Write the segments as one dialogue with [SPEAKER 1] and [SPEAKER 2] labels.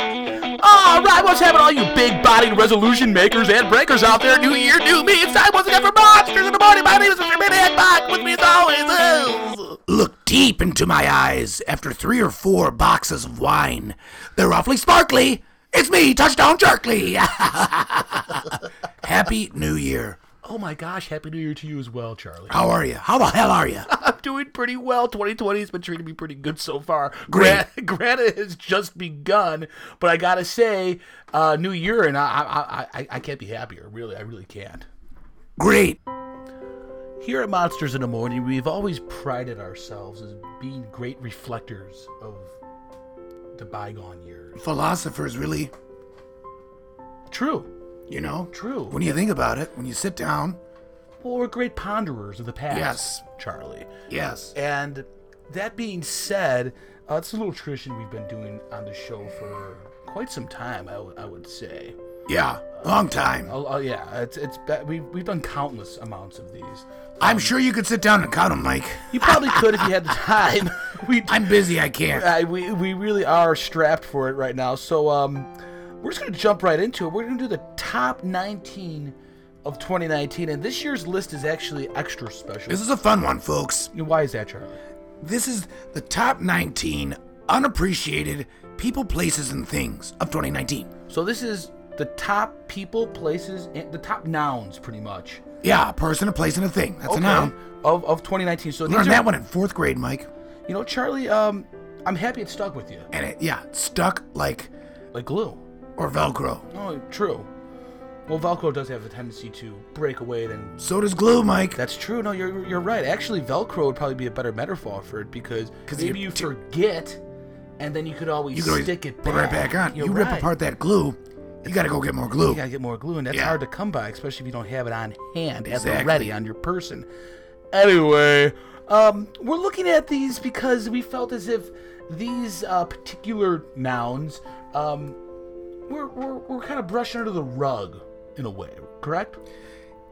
[SPEAKER 1] All Ah, right, what's happening, all you big-bodied resolution makers and breakers out there? New year, new me. It's time once again for Monsters in the Morning. My name is Mr. Maniac Bach. With me as always is...
[SPEAKER 2] Look deep into my eyes after three or four boxes of wine. They're awfully sparkly. It's me, Touchdown Jerkly. Happy New Year.
[SPEAKER 1] Oh my gosh, Happy New Year to you as well, Charlie.
[SPEAKER 2] How are you? How the hell are you?
[SPEAKER 1] I'm doing pretty well. 2020 has been treating me pretty good so far.
[SPEAKER 2] Great.
[SPEAKER 1] Gran- granted, it's just begun, but I gotta say, uh, New Year, and I, I, I, I- I can't be happier. Really, I really can't.
[SPEAKER 2] Great.
[SPEAKER 1] Here at Monsters in the Morning, we've always prided ourselves as being great reflectors of the bygone years.
[SPEAKER 2] Philosophers, really,
[SPEAKER 1] True.
[SPEAKER 2] you know?
[SPEAKER 1] True.
[SPEAKER 2] When you think about it, when you sit down,
[SPEAKER 1] Well, we're great ponderers of the past.
[SPEAKER 2] Yes.
[SPEAKER 1] Charlie.
[SPEAKER 2] yes.
[SPEAKER 1] And that being said, uh, it's a little tradition we've been doing on the show for quite some time. I would- I would say.
[SPEAKER 2] Yeah, long time.
[SPEAKER 1] Oh, oh, yeah, it's it's be- we've we've done countless amounts of these.
[SPEAKER 2] I'm sure you could sit down and count them, Mike.
[SPEAKER 1] You probably could if you had the time. we
[SPEAKER 2] I'm busy, I can't.
[SPEAKER 1] I, we we really are strapped for it right now. So um, we're just gonna jump right into it. We're gonna do the top 19 of 2019, and this year's list is actually extra special.
[SPEAKER 2] This is a fun one, folks.
[SPEAKER 1] Why is that, Charlie?
[SPEAKER 2] This is the top 19 unappreciated people, places, and things of 2019.
[SPEAKER 1] So this is the top people, places, and the top nouns, pretty much.
[SPEAKER 2] Yeah, a person, a place, and a thing. That's a noun.
[SPEAKER 1] Of, of 2019. So these
[SPEAKER 2] Learned
[SPEAKER 1] are,
[SPEAKER 2] that one in fourth grade, Mike.
[SPEAKER 1] you know, Charlie, um, I'm happy it stuck with you,
[SPEAKER 2] And it, yeah, it stuck like
[SPEAKER 1] like glue.
[SPEAKER 2] or Velcro.
[SPEAKER 1] Oh, true. Well, Velcro does have a tendency to break away. Then
[SPEAKER 2] So does glue, Mike.
[SPEAKER 1] that's true. No, you're you're right. Actually, Velcro would probably be a better metaphor for it because
[SPEAKER 2] 'Cause
[SPEAKER 1] maybe
[SPEAKER 2] you
[SPEAKER 1] you
[SPEAKER 2] t-
[SPEAKER 1] forget, and then you could always
[SPEAKER 2] you can always
[SPEAKER 1] stick it back.
[SPEAKER 2] put it right back on.
[SPEAKER 1] You're
[SPEAKER 2] you
[SPEAKER 1] right.
[SPEAKER 2] rip apart that glue, you gotta go get more glue.
[SPEAKER 1] You gotta get more glue, and that's
[SPEAKER 2] Yeah.
[SPEAKER 1] hard to come by, especially if you don't have it on hand at the
[SPEAKER 2] Exactly.
[SPEAKER 1] ready on your person. Anyway, um, we're looking at these because we felt as if these uh, particular nouns um, were, were, were kind of brushed under the rug in a way, correct?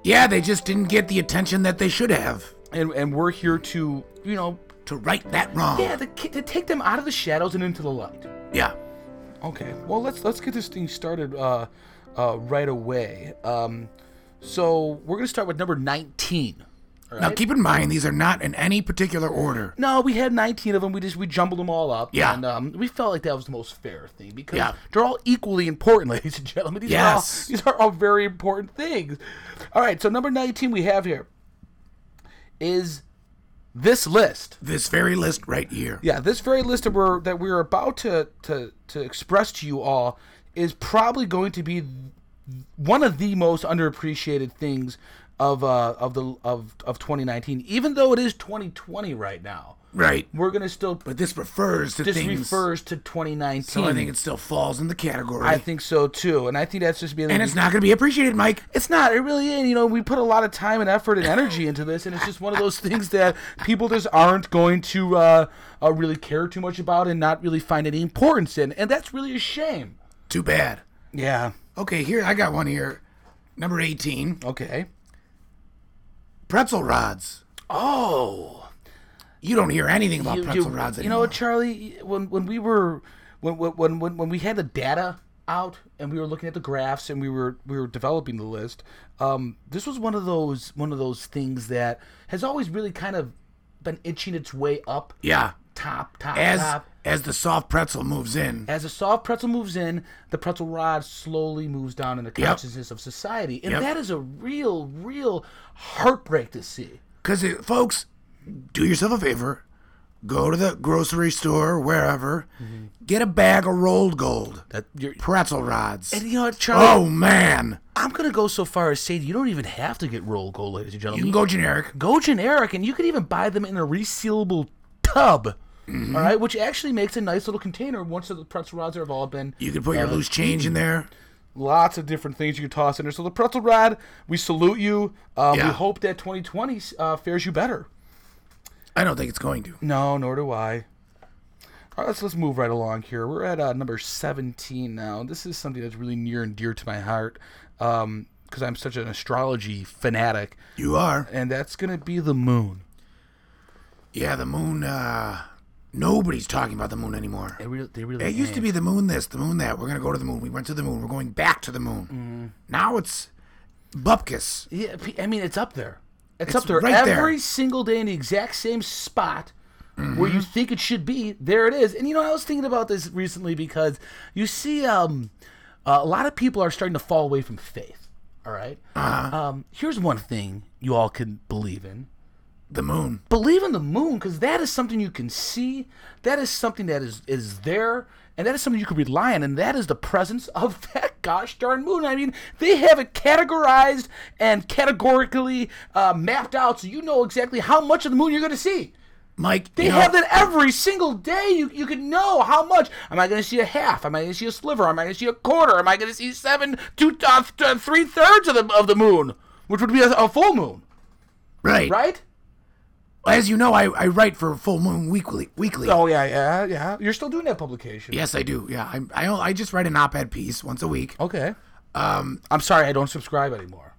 [SPEAKER 2] Yeah, they just didn't get the attention that they should have
[SPEAKER 1] And, and we're here to, you know,
[SPEAKER 2] to right that wrong.
[SPEAKER 1] yeah, to, ki- to take them out of the shadows and into the light.
[SPEAKER 2] Yeah.
[SPEAKER 1] Okay. Well, let's let's get this thing started uh, uh, right away. Um, so we're gonna start with number nineteen. all
[SPEAKER 2] Now
[SPEAKER 1] right?
[SPEAKER 2] keep in mind these are not in any particular order.
[SPEAKER 1] No, we had nineteen of them. We just we jumbled them all up.
[SPEAKER 2] Yeah.
[SPEAKER 1] And um, we felt like that was the most fair thing because
[SPEAKER 2] Yeah.
[SPEAKER 1] they're all equally important, ladies and gentlemen. These
[SPEAKER 2] Yes.
[SPEAKER 1] Are all, these are all very important things. All right. So number nineteen we have here is this list.
[SPEAKER 2] This very list right here.
[SPEAKER 1] Yeah, this very list that we're that we're about to to to express to you all is probably going to be one of the most underappreciated things of uh of the of of 2019. Even though it is 2020 right now,
[SPEAKER 2] Right.
[SPEAKER 1] we're gonna still
[SPEAKER 2] But this refers to
[SPEAKER 1] this
[SPEAKER 2] things.
[SPEAKER 1] refers to 2019.
[SPEAKER 2] so I think it still falls in the category.
[SPEAKER 1] I think so too, and I think that's just being
[SPEAKER 2] and it's not gonna be appreciated, Mike.
[SPEAKER 1] it's not. It really is. You know, we put a lot of time and effort and energy into this, and it's just one of those things that people just aren't going to uh, uh, really care too much about and not really find any importance in, and that's really a shame.
[SPEAKER 2] Too bad.
[SPEAKER 1] Yeah.
[SPEAKER 2] Okay, here I got one here. Number 18,
[SPEAKER 1] Okay.
[SPEAKER 2] pretzel rods.
[SPEAKER 1] Oh,
[SPEAKER 2] You don't hear anything about
[SPEAKER 1] you,
[SPEAKER 2] pretzel
[SPEAKER 1] you-
[SPEAKER 2] rods
[SPEAKER 1] you know
[SPEAKER 2] anymore.
[SPEAKER 1] what, Charlie? When when we were when when when when- when we had the data out and we were looking at the graphs and we were we were developing the list, um, this was one of those one of those things that has always really kind of been itching its way up.
[SPEAKER 2] yeah.
[SPEAKER 1] Top, top,
[SPEAKER 2] As
[SPEAKER 1] top.
[SPEAKER 2] as the soft pretzel moves in,
[SPEAKER 1] As a soft pretzel moves in, the pretzel rod slowly moves down in the consciousness of society. And
[SPEAKER 2] Yep.
[SPEAKER 1] that is a real, real heartbreak to see.
[SPEAKER 2] because folks, do yourself a favor, go to the grocery store, wherever,
[SPEAKER 1] Mm-hmm.
[SPEAKER 2] get a bag of rolled gold,
[SPEAKER 1] That you're,
[SPEAKER 2] pretzel rods.
[SPEAKER 1] and you know what, Charlie?
[SPEAKER 2] oh man,
[SPEAKER 1] I'm going to go so far as say you don't even have to get roll gold, ladies and
[SPEAKER 2] you
[SPEAKER 1] gentlemen.
[SPEAKER 2] can go generic.
[SPEAKER 1] go generic, and you could even buy them in a resealable tub. all right, which actually makes a nice little container once the pretzel rods have all been
[SPEAKER 2] You can put your loose change in there.
[SPEAKER 1] lots of different things you can toss in there. So the pretzel rod, we salute you. Um,
[SPEAKER 2] Yeah.
[SPEAKER 1] We hope that 2020 uh, fares you better.
[SPEAKER 2] I don't think it's going to.
[SPEAKER 1] No, nor do I. All right, let's let's move right along here. We're at uh, number seventeen now. This is something that's really near and dear to my heart because I'm such an astrology fanatic,
[SPEAKER 2] You are.
[SPEAKER 1] and that's gonna be the moon.
[SPEAKER 2] Yeah, the moon uh, Nobody's talking about the moon anymore.
[SPEAKER 1] They really, they really
[SPEAKER 2] It used to be the moon this, the moon that. We're gonna go to the moon. We went to the moon. We're going back to the moon.
[SPEAKER 1] Mm-hmm.
[SPEAKER 2] Now it's bupkis.
[SPEAKER 1] Yeah, p- I mean, it's up there. It's, up
[SPEAKER 2] It's
[SPEAKER 1] there
[SPEAKER 2] right there.
[SPEAKER 1] every single day in the exact same spot where you think it should be. There it is. And you know, I was thinking about this recently because you see, um, uh, a lot of people are starting to fall away from faith. All right? Um, here's one thing you all can believe in.
[SPEAKER 2] The moon.
[SPEAKER 1] Believe in the moon because that is something you can see. That is something that is is there, and that is something you can rely on. And that is the presence of that gosh darn moon. I mean, they have it categorized and categorically uh, mapped out, so you know exactly how much of the moon you're going to see.
[SPEAKER 2] Mike,
[SPEAKER 1] They
[SPEAKER 2] you know,
[SPEAKER 1] have that every single day. You you can know how much. Am I going to see a half? Am I going to see a sliver? Am I going to see a quarter? Am I going to see seven, two, uh, three thirds of the of the moon, which would be a, a full moon,
[SPEAKER 2] right.
[SPEAKER 1] right?
[SPEAKER 2] As you know, I, I write for Full Moon Weekly. Weekly.
[SPEAKER 1] Oh yeah, yeah, yeah. You're still doing that publication.
[SPEAKER 2] Yes, I do. Yeah, I, I I just write an op-ed piece once a week.
[SPEAKER 1] Okay. Um, I'm sorry, I don't subscribe anymore.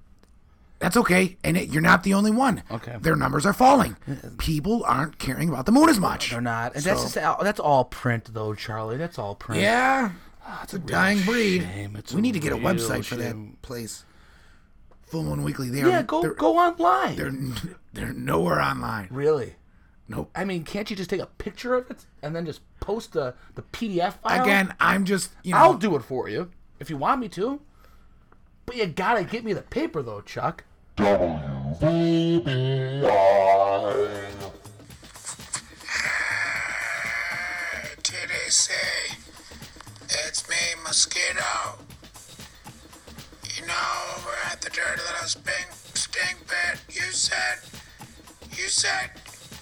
[SPEAKER 2] That's okay, and it, you're not the only one.
[SPEAKER 1] Okay.
[SPEAKER 2] Their numbers are falling. People aren't caring about the moon as much.
[SPEAKER 1] They're not, and that's just all, that's all print though, Charlie. That's all print.
[SPEAKER 2] Yeah, it's a dying breed.
[SPEAKER 1] shame. It's
[SPEAKER 2] we
[SPEAKER 1] a
[SPEAKER 2] need to get a
[SPEAKER 1] real
[SPEAKER 2] website for that
[SPEAKER 1] shame.
[SPEAKER 2] place. Full Moon Weekly. They are,
[SPEAKER 1] Yeah. Go
[SPEAKER 2] They're,
[SPEAKER 1] go online.
[SPEAKER 2] they're n- they're nowhere online.
[SPEAKER 1] really.
[SPEAKER 2] Nope.
[SPEAKER 1] I mean, can't you just take a picture of it and then just post the the PDF file?
[SPEAKER 2] Again, I'm just you know
[SPEAKER 1] I'll do it for you if you want me to. But you gotta get me the paper though, Chuck.
[SPEAKER 2] Titty say, it's me, Mosquito. You know, over at the Dirty Little Stink, stink Pit, you said, you said,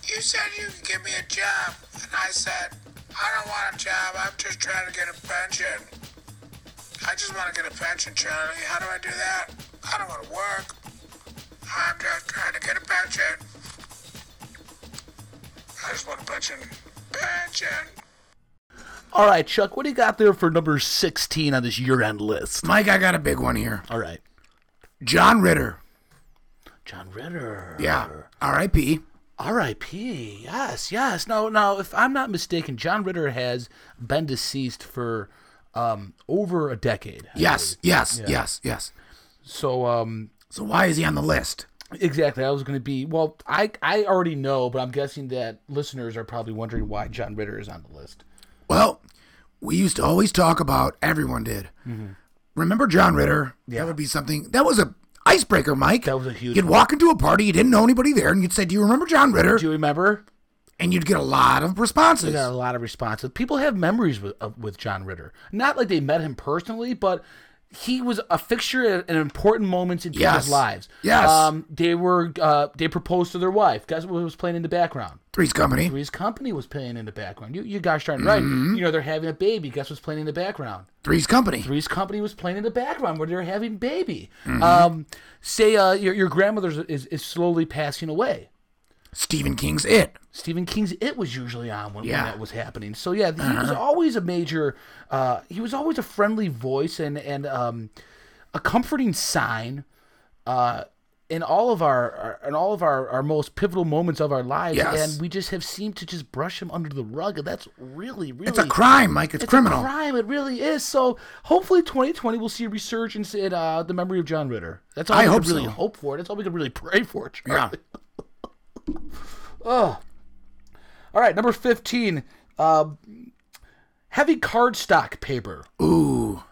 [SPEAKER 2] you said you could give me a job. And I said, I don't want a job, I'm just trying to get a pension. I just want to get a pension, Charlie. How do I do that? I don't want to work. I'm just trying to get a pension. I just want a pension. Pension.
[SPEAKER 1] All right, Chuck. What do you got there for number sixteen on this year-end list?
[SPEAKER 2] Mike, I got a big one here.
[SPEAKER 1] All right,
[SPEAKER 2] John Ritter.
[SPEAKER 1] John Ritter.
[SPEAKER 2] Yeah. R.I.P.
[SPEAKER 1] R.I.P. Yes, yes. Now, now, if I'm not mistaken, John Ritter has been deceased for um, over a decade.
[SPEAKER 2] Yes, yes, yes, yes.
[SPEAKER 1] So, um,
[SPEAKER 2] So why is he on the list?
[SPEAKER 1] exactly, I was going to be. Well, I I already know, but I'm guessing that listeners are probably wondering why John Ritter is on the list.
[SPEAKER 2] Well, we used to always talk about everyone did.
[SPEAKER 1] Mm-hmm.
[SPEAKER 2] Remember John Ritter? That would be something. That was a icebreaker, Mike.
[SPEAKER 1] That was a huge
[SPEAKER 2] You'd walk into a party, you didn't know anybody there, and you'd say, "Do you remember John Ritter?"
[SPEAKER 1] Do you remember?
[SPEAKER 2] And you'd get a lot of responses.
[SPEAKER 1] Got a lot of responses. People have memories with of, with John Ritter. Not like they met him personally, but he was a fixture at, at important moments in people's
[SPEAKER 2] Yes.
[SPEAKER 1] lives.
[SPEAKER 2] Yes.
[SPEAKER 1] Um, they were uh, they proposed to their wife. Guess what was playing in the background?
[SPEAKER 2] Three's Company.
[SPEAKER 1] Three's Company was playing in the background. You, you gosh darn right.
[SPEAKER 2] Mm-hmm.
[SPEAKER 1] You know, they're having a baby. Guess what's playing in the background?
[SPEAKER 2] Three's Company.
[SPEAKER 1] Three's Company was playing in the background where they're having baby.
[SPEAKER 2] Mm-hmm.
[SPEAKER 1] Um, say uh, your, your grandmother is, is slowly passing away.
[SPEAKER 2] Stephen King's It.
[SPEAKER 1] Stephen King's It was usually on when, when
[SPEAKER 2] Yeah. Uh-huh.
[SPEAKER 1] that was happening. So yeah, he was always a major. Uh, he was always a friendly voice and and um, a comforting sign. Uh, in all of our, our in all of our, our most pivotal moments of our lives,
[SPEAKER 2] Yes.
[SPEAKER 1] and we just have seemed to just brush him under the rug, and that's really really
[SPEAKER 2] It's a crime, Mike. It's, criminal.
[SPEAKER 1] crime. It really is. So hopefully, 2020 will see a resurgence in uh, the memory of John Ritter. That's all
[SPEAKER 2] I
[SPEAKER 1] we
[SPEAKER 2] hope
[SPEAKER 1] can really
[SPEAKER 2] so.
[SPEAKER 1] hope for. That's all we can really pray for. Charlie.
[SPEAKER 2] Yeah.
[SPEAKER 1] All right, number 15. Um, heavy cardstock paper.
[SPEAKER 2] Ooh.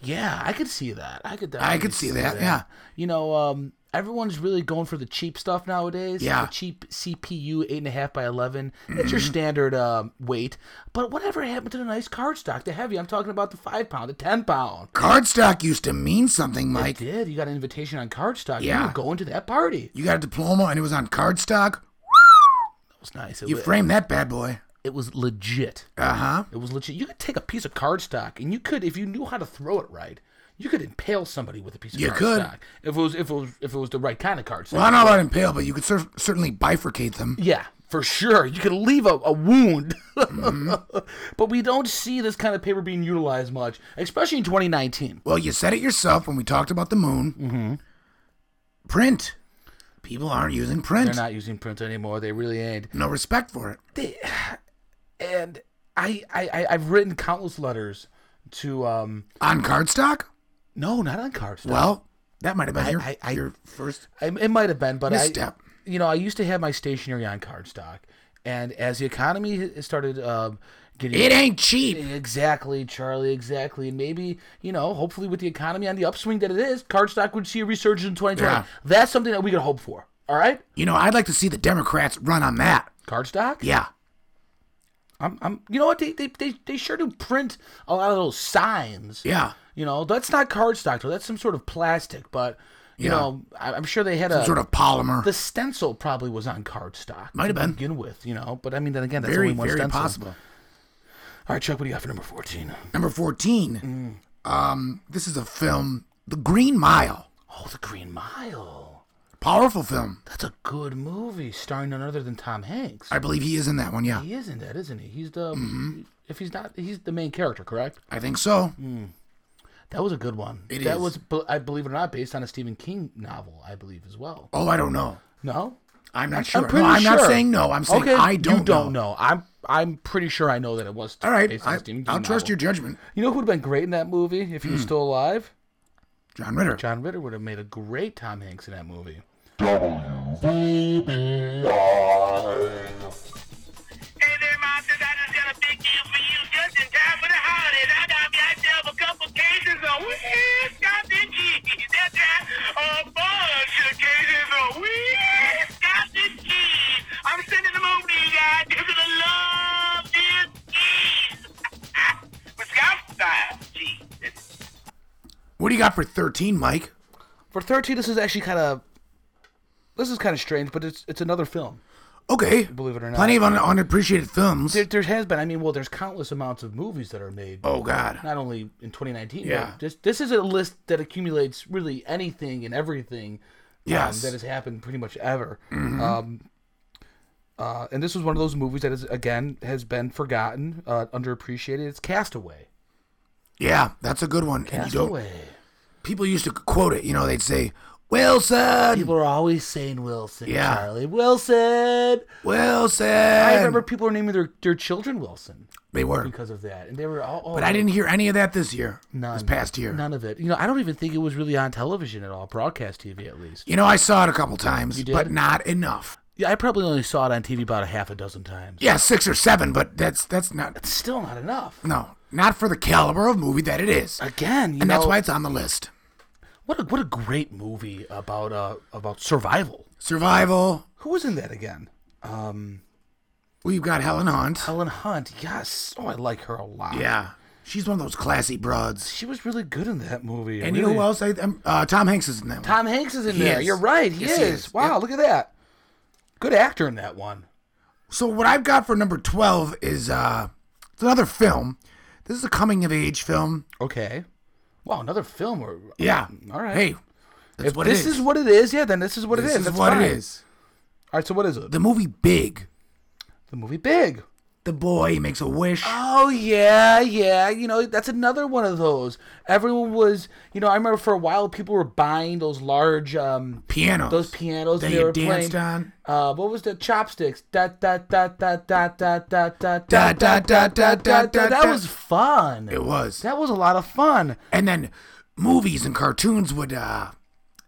[SPEAKER 1] Yeah, I could see that. I could.
[SPEAKER 2] I
[SPEAKER 1] definitely
[SPEAKER 2] could see that. Yeah.
[SPEAKER 1] You know, um, everyone's really going for the cheap stuff nowadays.
[SPEAKER 2] Yeah. Mm-hmm.
[SPEAKER 1] The cheap CPU eight and a half by eleven. That's your standard um, weight. But whatever happened to the nice cardstock, the heavy? I'm talking about the five pound, the ten pound.
[SPEAKER 2] Cardstock used to mean something, Mike.
[SPEAKER 1] Did you got an invitation on cardstock? You
[SPEAKER 2] Yeah.
[SPEAKER 1] were going to that party.
[SPEAKER 2] You got a diploma and it was on cardstock.
[SPEAKER 1] That was nice. It,
[SPEAKER 2] You
[SPEAKER 1] wa-
[SPEAKER 2] framed that bad boy.
[SPEAKER 1] it was legit.
[SPEAKER 2] Uh huh.
[SPEAKER 1] It was legit. You could take a piece of cardstock, and you could, if you knew how to throw it right, you could impale somebody with a piece of
[SPEAKER 2] You could.
[SPEAKER 1] cardstock. If it was, if it was, if it was the right kind of cardstock.
[SPEAKER 2] Well, I don't know about impale, but you could cer- certainly bifurcate them.
[SPEAKER 1] Yeah, for sure. You could leave a, a wound. but we don't see this kind of paper being utilized much, especially in 2019.
[SPEAKER 2] Well, you said it yourself when we talked about the moon. Mm-hmm. Print. People aren't using print.
[SPEAKER 1] They're not using print anymore. They really ain't.
[SPEAKER 2] No respect for it.
[SPEAKER 1] They, and I, I, I I've written countless letters to um
[SPEAKER 2] on cardstock.
[SPEAKER 1] no, not on cardstock.
[SPEAKER 2] Well, that might have been your,
[SPEAKER 1] I- I-
[SPEAKER 2] your first.
[SPEAKER 1] I, it might have been, but I,
[SPEAKER 2] Misstep.
[SPEAKER 1] you know, I used to have my stationery on cardstock, and as the economy h- started um getting
[SPEAKER 2] It ain't cheap.
[SPEAKER 1] exactly, Charlie, exactly, and maybe you know, hopefully, with the economy on the upswing that it is, cardstock would see a resurgence in 2020.
[SPEAKER 2] Yeah.
[SPEAKER 1] That's something that we could hope for. All right,
[SPEAKER 2] You know, I'd like to see the Democrats run on that.
[SPEAKER 1] cardstock.
[SPEAKER 2] Yeah.
[SPEAKER 1] I'm, I'm, you know what? They, they, they, they sure do print a lot of those signs.
[SPEAKER 2] Yeah.
[SPEAKER 1] You know, that's not cardstock though. That's some sort of plastic, but. You
[SPEAKER 2] Yeah.
[SPEAKER 1] know, I- I'm sure they had a
[SPEAKER 2] Sort of polymer.
[SPEAKER 1] Uh, the stencil probably was on cardstock.
[SPEAKER 2] Might have
[SPEAKER 1] to
[SPEAKER 2] been.
[SPEAKER 1] begin with, you know. But I mean, then again, that's
[SPEAKER 2] very,
[SPEAKER 1] only one
[SPEAKER 2] very
[SPEAKER 1] stencil.
[SPEAKER 2] possible.
[SPEAKER 1] All right, Chuck, what do you got for number fourteen?
[SPEAKER 2] Number 14.
[SPEAKER 1] Mm.
[SPEAKER 2] Um, this is a film, The Green Mile.
[SPEAKER 1] Oh, The Green Mile.
[SPEAKER 2] Powerful film.
[SPEAKER 1] That's a good movie, starring none other than Tom Hanks.
[SPEAKER 2] I Mm-hmm. believe he is in that one, yeah.
[SPEAKER 1] He is in that, isn't he? He's the if he's not, he's the main character, correct?
[SPEAKER 2] I think so.
[SPEAKER 1] Mm. That was a good one.
[SPEAKER 2] It
[SPEAKER 1] that
[SPEAKER 2] is.
[SPEAKER 1] was, bu- I believe it or not, based on a Stephen King novel, I believe as well.
[SPEAKER 2] Oh, I don't know.
[SPEAKER 1] No,
[SPEAKER 2] I'm not sure.
[SPEAKER 1] I'm pretty
[SPEAKER 2] no, I'm not
[SPEAKER 1] sure.
[SPEAKER 2] saying no. I'm saying
[SPEAKER 1] okay,
[SPEAKER 2] I don't,
[SPEAKER 1] you don't know. I'm I'm pretty sure I know that it was.
[SPEAKER 2] All right.
[SPEAKER 1] based on
[SPEAKER 2] I,
[SPEAKER 1] a Stephen King
[SPEAKER 2] I'll trust Hmm.
[SPEAKER 1] novel.
[SPEAKER 2] your judgment.
[SPEAKER 1] You know who'd have been great in that movie if he was still alive?
[SPEAKER 2] John Ritter.
[SPEAKER 1] John Ritter would have made a great Tom Hanks in that movie.
[SPEAKER 3] Hey there, Mom. Says I just got a big deal for you just in time for the holidays. I got me myself a couple cases of weird Scotch cheese. That's right. A bunch of cases of weird Scotch cheese. I'm sending them over to you guys. You're going to love this cheese. With Scotch style cheese.
[SPEAKER 2] What do you got for 13, Mike?
[SPEAKER 1] For thirteen, this is actually kind of this is kind of strange, but it's it's another film.
[SPEAKER 2] Okay.
[SPEAKER 1] Believe it or not.
[SPEAKER 2] Plenty of un- unappreciated films.
[SPEAKER 1] There, there has been, I mean, well, there's countless amounts of movies that are made,
[SPEAKER 2] oh, God.
[SPEAKER 1] not only in 2019.
[SPEAKER 2] Yeah.
[SPEAKER 1] But just, this is a list that accumulates really anything and everything. um,
[SPEAKER 2] Yes. Mm-hmm.
[SPEAKER 1] that has happened pretty much ever. Um, uh, and this was one of those movies that is again has been forgotten, uh, underappreciated. It's Castaway.
[SPEAKER 2] Yeah, that's a good one. And you don't-
[SPEAKER 1] Castaway.
[SPEAKER 2] people used to quote it. You know, they'd say, Wilson!
[SPEAKER 1] People are always saying Wilson,
[SPEAKER 2] Yeah.
[SPEAKER 1] Charlie Wilson.
[SPEAKER 2] Wilson!
[SPEAKER 1] I remember people were naming their, their children Wilson
[SPEAKER 2] They were.
[SPEAKER 1] because of that, and they were all. Oh,
[SPEAKER 2] But I didn't hear any of that this year. This
[SPEAKER 1] None.
[SPEAKER 2] past year.
[SPEAKER 1] None of it. You know, I don't even think it was really on television at all, broadcast TV at least.
[SPEAKER 2] You know, I saw it a couple times,
[SPEAKER 1] did?
[SPEAKER 2] but not enough.
[SPEAKER 1] Yeah, I probably only saw it on TV about a half a dozen times.
[SPEAKER 2] Yeah, six or seven, but that's that's not
[SPEAKER 1] It's still not enough.
[SPEAKER 2] no, not for the caliber of movie that it is,
[SPEAKER 1] Again, Uh, you
[SPEAKER 2] and
[SPEAKER 1] know,
[SPEAKER 2] that's why it's on the list.
[SPEAKER 1] what a what a great movie about uh about survival.
[SPEAKER 2] Survival.
[SPEAKER 1] Who was in that again? Um,
[SPEAKER 2] We've got Helen Hunt.
[SPEAKER 1] Helen Hunt. Yes. Oh, I like her a lot.
[SPEAKER 2] Yeah, she's one of those classy broads.
[SPEAKER 1] she was really good in that movie.
[SPEAKER 2] And you know
[SPEAKER 1] really-
[SPEAKER 2] who else? I, um, uh, Tom Hanks is in that. One.
[SPEAKER 1] Tom Hanks is in
[SPEAKER 2] He
[SPEAKER 1] there.
[SPEAKER 2] is.
[SPEAKER 1] You're right. He
[SPEAKER 2] Yes,
[SPEAKER 1] is.
[SPEAKER 2] he is.
[SPEAKER 1] Wow,
[SPEAKER 2] Yep.
[SPEAKER 1] look at that. Good actor in that one.
[SPEAKER 2] So what I've got for number twelve is uh, it's another film. This is a coming of age film.
[SPEAKER 1] Okay. Wow, another film. Or,
[SPEAKER 2] Yeah.
[SPEAKER 1] All right.
[SPEAKER 2] Hey, that's
[SPEAKER 1] if
[SPEAKER 2] what
[SPEAKER 1] this
[SPEAKER 2] it is.
[SPEAKER 1] is what it is, yeah, then this is what
[SPEAKER 2] this
[SPEAKER 1] it is.
[SPEAKER 2] is
[SPEAKER 1] That's
[SPEAKER 2] what
[SPEAKER 1] fine.
[SPEAKER 2] it is.
[SPEAKER 1] All right, so what is it?
[SPEAKER 2] The movie Big.
[SPEAKER 1] The movie Big.
[SPEAKER 2] The boy makes a wish.
[SPEAKER 1] Oh yeah, yeah. You know that's another one of those. Everyone was, you know, I remember for a while people were buying those large, um,
[SPEAKER 2] Piano.
[SPEAKER 1] those pianos
[SPEAKER 2] that
[SPEAKER 1] they
[SPEAKER 2] you
[SPEAKER 1] were
[SPEAKER 2] danced
[SPEAKER 1] playing.
[SPEAKER 2] on.
[SPEAKER 1] Uh, what was the chopsticks? Da da da da da da da da
[SPEAKER 2] Da, da, da, da, da, da,
[SPEAKER 1] That
[SPEAKER 2] da.
[SPEAKER 1] was fun.
[SPEAKER 2] It was.
[SPEAKER 1] That was a lot of fun.
[SPEAKER 2] and then movies and cartoons would uh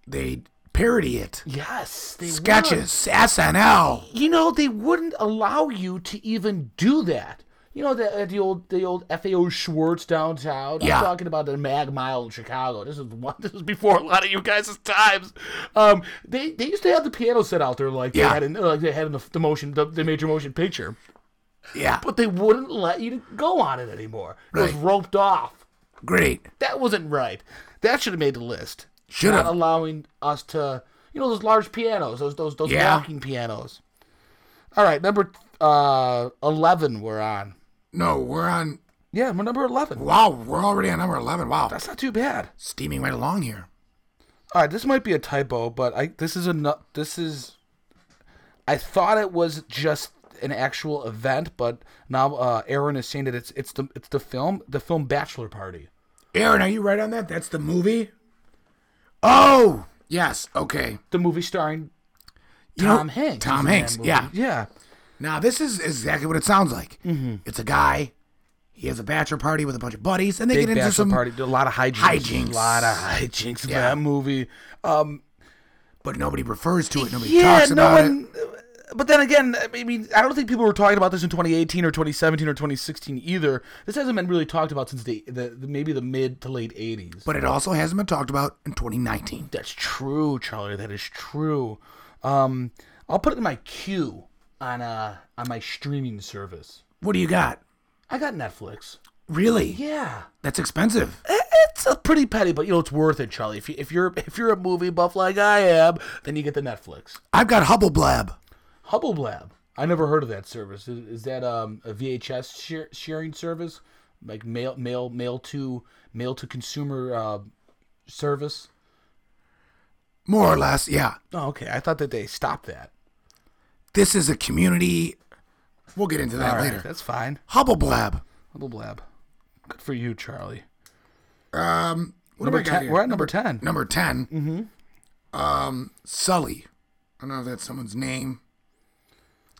[SPEAKER 2] they parody it
[SPEAKER 1] Yes, they
[SPEAKER 2] sketches snl
[SPEAKER 1] would. You know, they wouldn't allow you to even do that. You know the uh, the old the old FAO Schwartz downtown.
[SPEAKER 2] Yeah.
[SPEAKER 1] I'm talking about the Mag Mile in Chicago. This is one. This was before a lot of you guys' times. Um, they they used to have the piano set out there like
[SPEAKER 2] Yeah.
[SPEAKER 1] they had in uh, like they had in the, the motion the, the major motion picture.
[SPEAKER 2] yeah
[SPEAKER 1] but they wouldn't let you to go on it anymore. It was
[SPEAKER 2] Right.
[SPEAKER 1] roped off.
[SPEAKER 2] great
[SPEAKER 1] That wasn't right. That should have made the list.
[SPEAKER 2] Should
[SPEAKER 1] Not
[SPEAKER 2] have.
[SPEAKER 1] allowing us to, you know, those large pianos, those those those
[SPEAKER 2] Yeah.
[SPEAKER 1] walking pianos. All right, number uh, eleven. We're on.
[SPEAKER 2] no we're on
[SPEAKER 1] Yeah, we're number eleven.
[SPEAKER 2] wow we're already on number 11 wow
[SPEAKER 1] That's not too bad.
[SPEAKER 2] steaming right along here
[SPEAKER 1] All right, this might be a typo, but I this is a nu- this is. I thought it was just an actual event, but now uh, Aaron is saying that it's it's the it's the film the film Bachelor Party.
[SPEAKER 2] aaron are you right on that that's the movie oh yes okay
[SPEAKER 1] the movie starring
[SPEAKER 2] You know,
[SPEAKER 1] Tom Hanks. is
[SPEAKER 2] tom
[SPEAKER 1] in that
[SPEAKER 2] hanks
[SPEAKER 1] movie.
[SPEAKER 2] yeah
[SPEAKER 1] yeah.
[SPEAKER 2] Now this is exactly what it sounds like.
[SPEAKER 1] Mm-hmm.
[SPEAKER 2] It's a guy. He has a bachelor party with a bunch of buddies, and they
[SPEAKER 1] Big
[SPEAKER 2] get into
[SPEAKER 1] bachelor
[SPEAKER 2] some.
[SPEAKER 1] party. A lot of hijinks.
[SPEAKER 2] Hijinks.
[SPEAKER 1] A lot of hijinks in
[SPEAKER 2] Yeah.
[SPEAKER 1] that movie. Um,
[SPEAKER 2] But nobody refers to it. Nobody
[SPEAKER 1] yeah,
[SPEAKER 2] talks
[SPEAKER 1] no
[SPEAKER 2] about it.
[SPEAKER 1] one. But then again, I mean, I don't think people were talking about this in 2018 or 2017 or 2016 either. This hasn't been really talked about since the, the, the maybe the mid to late 80s.
[SPEAKER 2] But it also hasn't been talked about in 2019.
[SPEAKER 1] That's true, Charlie. That is true. Um, I'll put it in my queue on uh on my streaming service.
[SPEAKER 2] What do you got?
[SPEAKER 1] I got Netflix.
[SPEAKER 2] Really?
[SPEAKER 1] Yeah,
[SPEAKER 2] That's expensive.
[SPEAKER 1] I- it's a pretty petty, but you know it's worth it, Charlie. If you if you're if you're a movie buff like I am, then you get the Netflix.
[SPEAKER 2] I've got Hubble Blab.
[SPEAKER 1] Hubble Blab. I never heard of that service. Is, is that um, a VHS share, sharing service, like mail mail mail to mail to consumer uh, service?
[SPEAKER 2] More or less, yeah.
[SPEAKER 1] Oh, okay. I thought that they stopped that.
[SPEAKER 2] This is a community. We'll get into that
[SPEAKER 1] All right,
[SPEAKER 2] later.
[SPEAKER 1] that's fine.
[SPEAKER 2] Hubble Blab.
[SPEAKER 1] Hubble Blab. Good for you, Charlie.
[SPEAKER 2] Um, what do
[SPEAKER 1] Number
[SPEAKER 2] I got
[SPEAKER 1] 10
[SPEAKER 2] here?
[SPEAKER 1] We're at number ten.
[SPEAKER 2] Number 10. Mm-hmm. Um, Sully. I don't know if that's someone's name.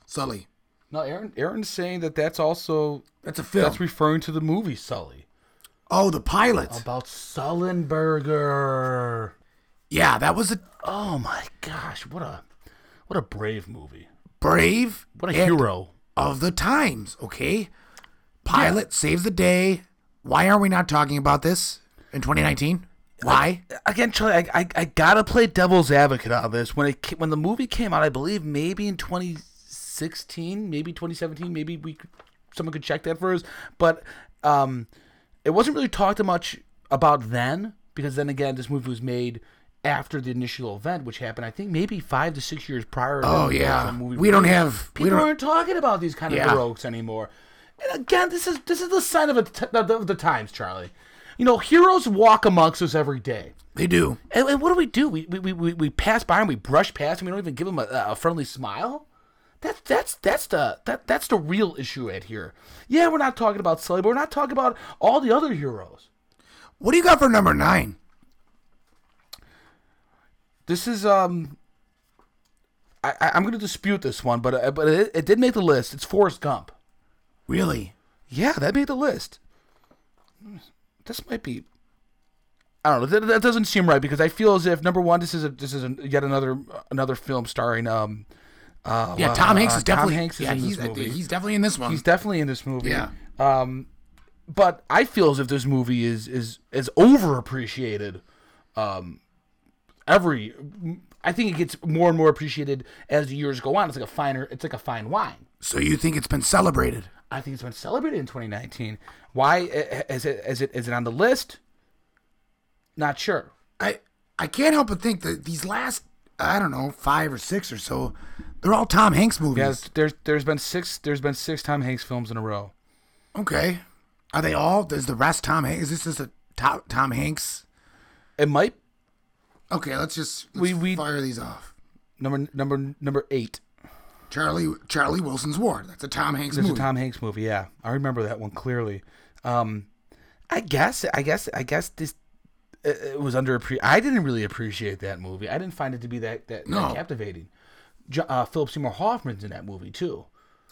[SPEAKER 2] Sully.
[SPEAKER 1] No, Aaron. Aaron's saying that that's also
[SPEAKER 2] That's a film.
[SPEAKER 1] that's referring to the movie Sully
[SPEAKER 2] oh, the pilot.
[SPEAKER 1] about Sullenberger.
[SPEAKER 2] yeah, that was a
[SPEAKER 1] Oh my gosh, what a what a brave movie.
[SPEAKER 2] brave
[SPEAKER 1] What a
[SPEAKER 2] and
[SPEAKER 1] hero.
[SPEAKER 2] of the times, okay? Pilot saves the day. Why are we not talking about this in 2019? Why?
[SPEAKER 1] again, Charlie, I, I, I gotta play devil's advocate on this. When it ca- when the movie came out, I believe maybe in 2016, maybe 2017, maybe we could- someone could check that for us. But um, it wasn't really talked much about then because then again, this movie was made after the initial event, which happened, I think, maybe five to six years prior. to
[SPEAKER 2] Oh
[SPEAKER 1] the
[SPEAKER 2] yeah,
[SPEAKER 1] actual movie
[SPEAKER 2] we don't
[SPEAKER 1] release.
[SPEAKER 2] have we
[SPEAKER 1] People
[SPEAKER 2] don't.
[SPEAKER 1] aren't talking about these kind
[SPEAKER 2] Yeah.
[SPEAKER 1] of heroics anymore. And again, this is this is the sign of, a t- of the- of the times, Charlie. You know, heroes walk amongst us every day.
[SPEAKER 2] They do.
[SPEAKER 1] And, and what do we do? We, we, we- we, we pass by and we brush past and we don't even give them a, a friendly smile. That's that's that's the that, that's the real issue at here. Yeah, we're not talking about Sully, but we're not talking about all the other heroes.
[SPEAKER 2] What do you got for number nine?
[SPEAKER 1] This is um, I, I I'm gonna dispute this one, but uh, but it, it did make the list. It's Forrest Gump.
[SPEAKER 2] Really?
[SPEAKER 1] Yeah, that made the list. This might be. I don't know. That, that doesn't seem right because I feel as if number one, this is a, this is a, yet another another film starring um,
[SPEAKER 2] yeah, Tom Hanks
[SPEAKER 1] uh,
[SPEAKER 2] is definitely.
[SPEAKER 1] Tom Hanks is
[SPEAKER 2] yeah,
[SPEAKER 1] in this
[SPEAKER 2] he's
[SPEAKER 1] movie.
[SPEAKER 2] he's definitely in this one.
[SPEAKER 1] he's definitely in this movie.
[SPEAKER 2] Yeah.
[SPEAKER 1] Um, but I feel as if this movie is is is overappreciated. Um, every I think it gets more and more appreciated as the years go on. It's like a finer. It's like a fine wine.
[SPEAKER 2] so you think it's been celebrated?
[SPEAKER 1] I think it's been celebrated in 2019. Why eh, eh, is it is it is it on the list? Not sure.
[SPEAKER 2] I I can't help but think that these last I don't know five or six or so, they're all Tom Hanks movies.
[SPEAKER 1] Yes, there's there's been six there's been six Tom Hanks films in a row.
[SPEAKER 2] Okay. Are they all? Is the rest Tom Hanks? Is this just a Tom, Tom Hanks?
[SPEAKER 1] It might
[SPEAKER 2] Okay, let's just let's
[SPEAKER 1] We- we-
[SPEAKER 2] fire these off.
[SPEAKER 1] number number number eight.
[SPEAKER 2] Charlie Charlie Wilson's War. That's a Tom Hanks
[SPEAKER 1] There's
[SPEAKER 2] movie.
[SPEAKER 1] a Tom Hanks movie. Yeah, I remember that one clearly. Um, I guess, I guess, I guess this it, it was under. I didn't really appreciate that movie. I didn't find it to be that that, that
[SPEAKER 2] No.
[SPEAKER 1] captivating. Jo- uh, Philip Seymour Hoffman's in that movie too.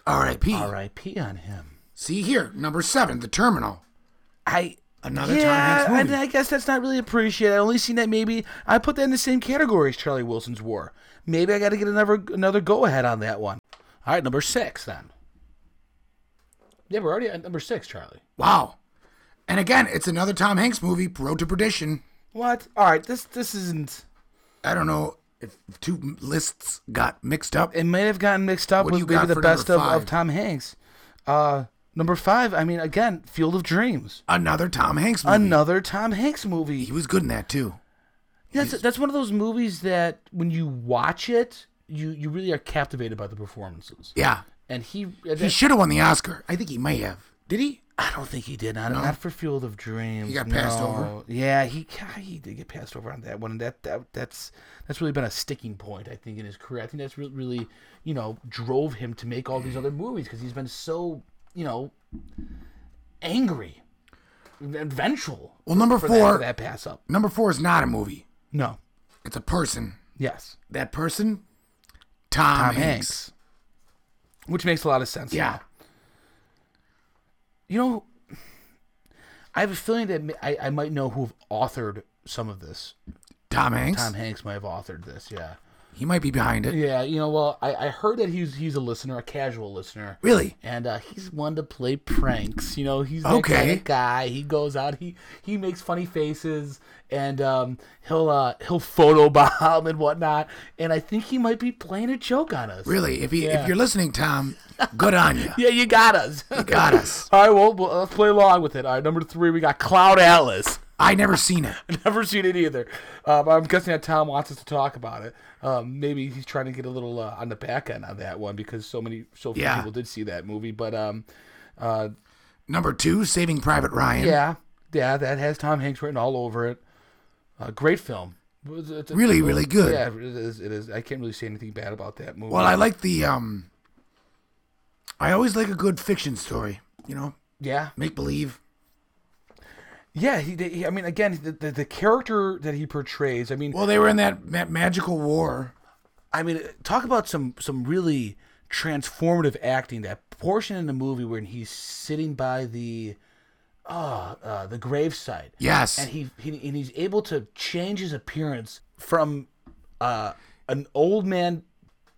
[SPEAKER 2] R.I.P.
[SPEAKER 1] R.I.P. on him.
[SPEAKER 2] See here, number seven, The Terminal.
[SPEAKER 1] I
[SPEAKER 2] Another Tom
[SPEAKER 1] yeah,
[SPEAKER 2] Hanks movie.
[SPEAKER 1] and I guess that's not really appreciated. I only seen that maybe I put that in the same category as Charlie Wilson's War. Maybe I got to get another another go ahead on that one. All right, number six then. Yeah, we're already at number six, Charlie.
[SPEAKER 2] Wow. And again, it's another Tom Hanks movie, Road to Perdition.
[SPEAKER 1] What? All right, this this isn't.
[SPEAKER 2] I don't know if two lists got mixed up.
[SPEAKER 1] It might have gotten mixed up
[SPEAKER 2] What do you
[SPEAKER 1] with maybe
[SPEAKER 2] got
[SPEAKER 1] the
[SPEAKER 2] for
[SPEAKER 1] best of,
[SPEAKER 2] number
[SPEAKER 1] of
[SPEAKER 2] five?
[SPEAKER 1] Tom Hanks. Uh, number five. I mean, again, Field of Dreams,
[SPEAKER 2] Another Tom Hanks movie.
[SPEAKER 1] another Tom Hanks movie.
[SPEAKER 2] he was good in that too.
[SPEAKER 1] That's that's one of those movies that when you watch it, you you really are captivated by the performances.
[SPEAKER 2] Yeah.
[SPEAKER 1] And he,
[SPEAKER 2] He should have won the Oscar. I think he may have. Did he?
[SPEAKER 1] I don't think he did. Not, not for Field of Dreams.
[SPEAKER 2] He got passed
[SPEAKER 1] no.
[SPEAKER 2] over?
[SPEAKER 1] Yeah, he God, he did get passed over on that one, and that, that that's that's really been a sticking point, I think, in his career. I think that's really, really you know drove him to make all these other movies because he's been so you know angry and vengeful.
[SPEAKER 2] Well, number
[SPEAKER 1] for that,
[SPEAKER 2] four.
[SPEAKER 1] for that pass up.
[SPEAKER 2] Number four is not a movie.
[SPEAKER 1] No.
[SPEAKER 2] It's a person.
[SPEAKER 1] Yes.
[SPEAKER 2] That person, Tom,
[SPEAKER 1] Tom
[SPEAKER 2] Hanks.
[SPEAKER 1] Hanks. which makes a lot of sense.
[SPEAKER 2] Yeah.
[SPEAKER 1] You know, I have a feeling that ma- I, I might know who have authored some of this.
[SPEAKER 2] Tom Hanks.
[SPEAKER 1] Tom Hanks might have authored this. Yeah.
[SPEAKER 2] He might be behind it.
[SPEAKER 1] Yeah. You know, well, I, I heard that he's he's a listener, a casual listener.
[SPEAKER 2] Really?
[SPEAKER 1] And uh, he's one to play pranks. You know, he's that
[SPEAKER 2] Okay.
[SPEAKER 1] kind of guy. He goes out, he he makes funny faces, and um, he'll uh, he'll photobomb and whatnot. And I think he might be playing a joke on us.
[SPEAKER 2] Really? If he,
[SPEAKER 1] Yeah.
[SPEAKER 2] if you're listening, Tom, good on you.
[SPEAKER 1] Yeah, you got us.
[SPEAKER 2] Got us.
[SPEAKER 1] All right, well, well, let's play along with it. All right, number three, we got Cloud Atlas.
[SPEAKER 2] I never seen it.
[SPEAKER 1] Never seen it either. Um, I'm guessing that Tom wants us to talk about it. Um, maybe he's trying to get a little uh, on the back end on that one because so many, so few
[SPEAKER 2] Yeah.
[SPEAKER 1] people did see that movie. But um, uh,
[SPEAKER 2] Number two, Saving Private Ryan.
[SPEAKER 1] yeah, yeah, that has Tom Hanks written all over it. Uh, great film. It's- it's-
[SPEAKER 2] Really, really good.
[SPEAKER 1] Yeah, it is, it is. I can't really say anything bad about that movie.
[SPEAKER 2] Well, I like the um. I always like a good fiction story. You know,
[SPEAKER 1] yeah,
[SPEAKER 2] make believe.
[SPEAKER 1] yeah. He, he, I mean, again, the, the the character that he portrays. I mean,
[SPEAKER 2] Well, they were in that ma- magical war.
[SPEAKER 1] I mean, talk about some some really transformative acting. That portion in the movie when he's sitting by the uh, uh the gravesite,
[SPEAKER 2] Yes.
[SPEAKER 1] and he, he and he's able to change his appearance from uh an old man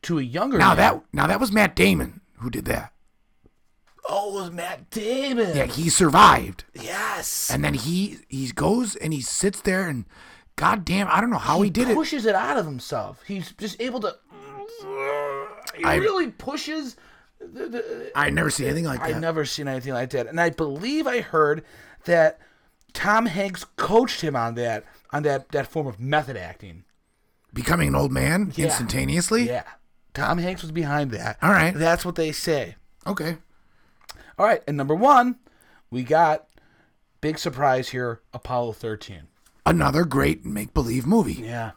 [SPEAKER 1] to a younger.
[SPEAKER 2] now
[SPEAKER 1] man.
[SPEAKER 2] that now that was Matt Damon who did that.
[SPEAKER 1] oh it was Matt Damon.
[SPEAKER 2] Yeah, he survived,
[SPEAKER 1] Yes,
[SPEAKER 2] and then he he goes and he sits there and, goddamn, I don't know how he, did it.
[SPEAKER 1] pushes it out of himself. He's just able to. He
[SPEAKER 2] I-
[SPEAKER 1] really pushes. The, the,
[SPEAKER 2] I never see anything like that.
[SPEAKER 1] I've never seen anything like that. And I believe I heard that Tom Hanks coached him on that on that, that form of method acting.
[SPEAKER 2] Becoming an old man instantaneously.
[SPEAKER 1] Yeah. Tom Hanks was behind that.
[SPEAKER 2] All right.
[SPEAKER 1] That's what they say.
[SPEAKER 2] Okay.
[SPEAKER 1] All right, and number one, we got big surprise here, Apollo thirteen.
[SPEAKER 2] Another great make believe movie.
[SPEAKER 1] Yeah.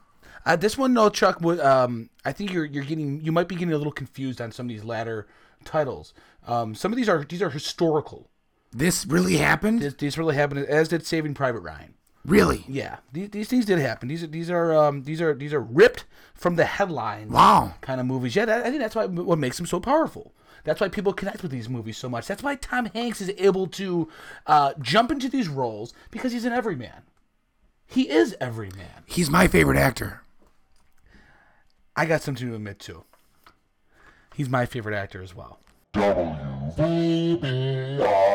[SPEAKER 1] Uh, this one, no, Chuck. would- Um, I think you're you're getting you might be getting a little confused on some of these latter titles. Um, some of these are these are historical.
[SPEAKER 2] This really happened.
[SPEAKER 1] These, these really happened, as did Saving Private Ryan.
[SPEAKER 2] really.
[SPEAKER 1] Yeah, these, these things did happen. These are these are um, these are these are ripped from the headlines
[SPEAKER 2] Wow.
[SPEAKER 1] kind of movies. Yeah, that, I think that's why what makes them so powerful. That's why people connect with these movies so much. That's why Tom Hanks is able to uh, jump into these roles because he's an everyman. He is everyman.
[SPEAKER 2] He's my favorite actor.
[SPEAKER 1] I got something to admit to. He's my favorite actor as well.
[SPEAKER 4] WBBI.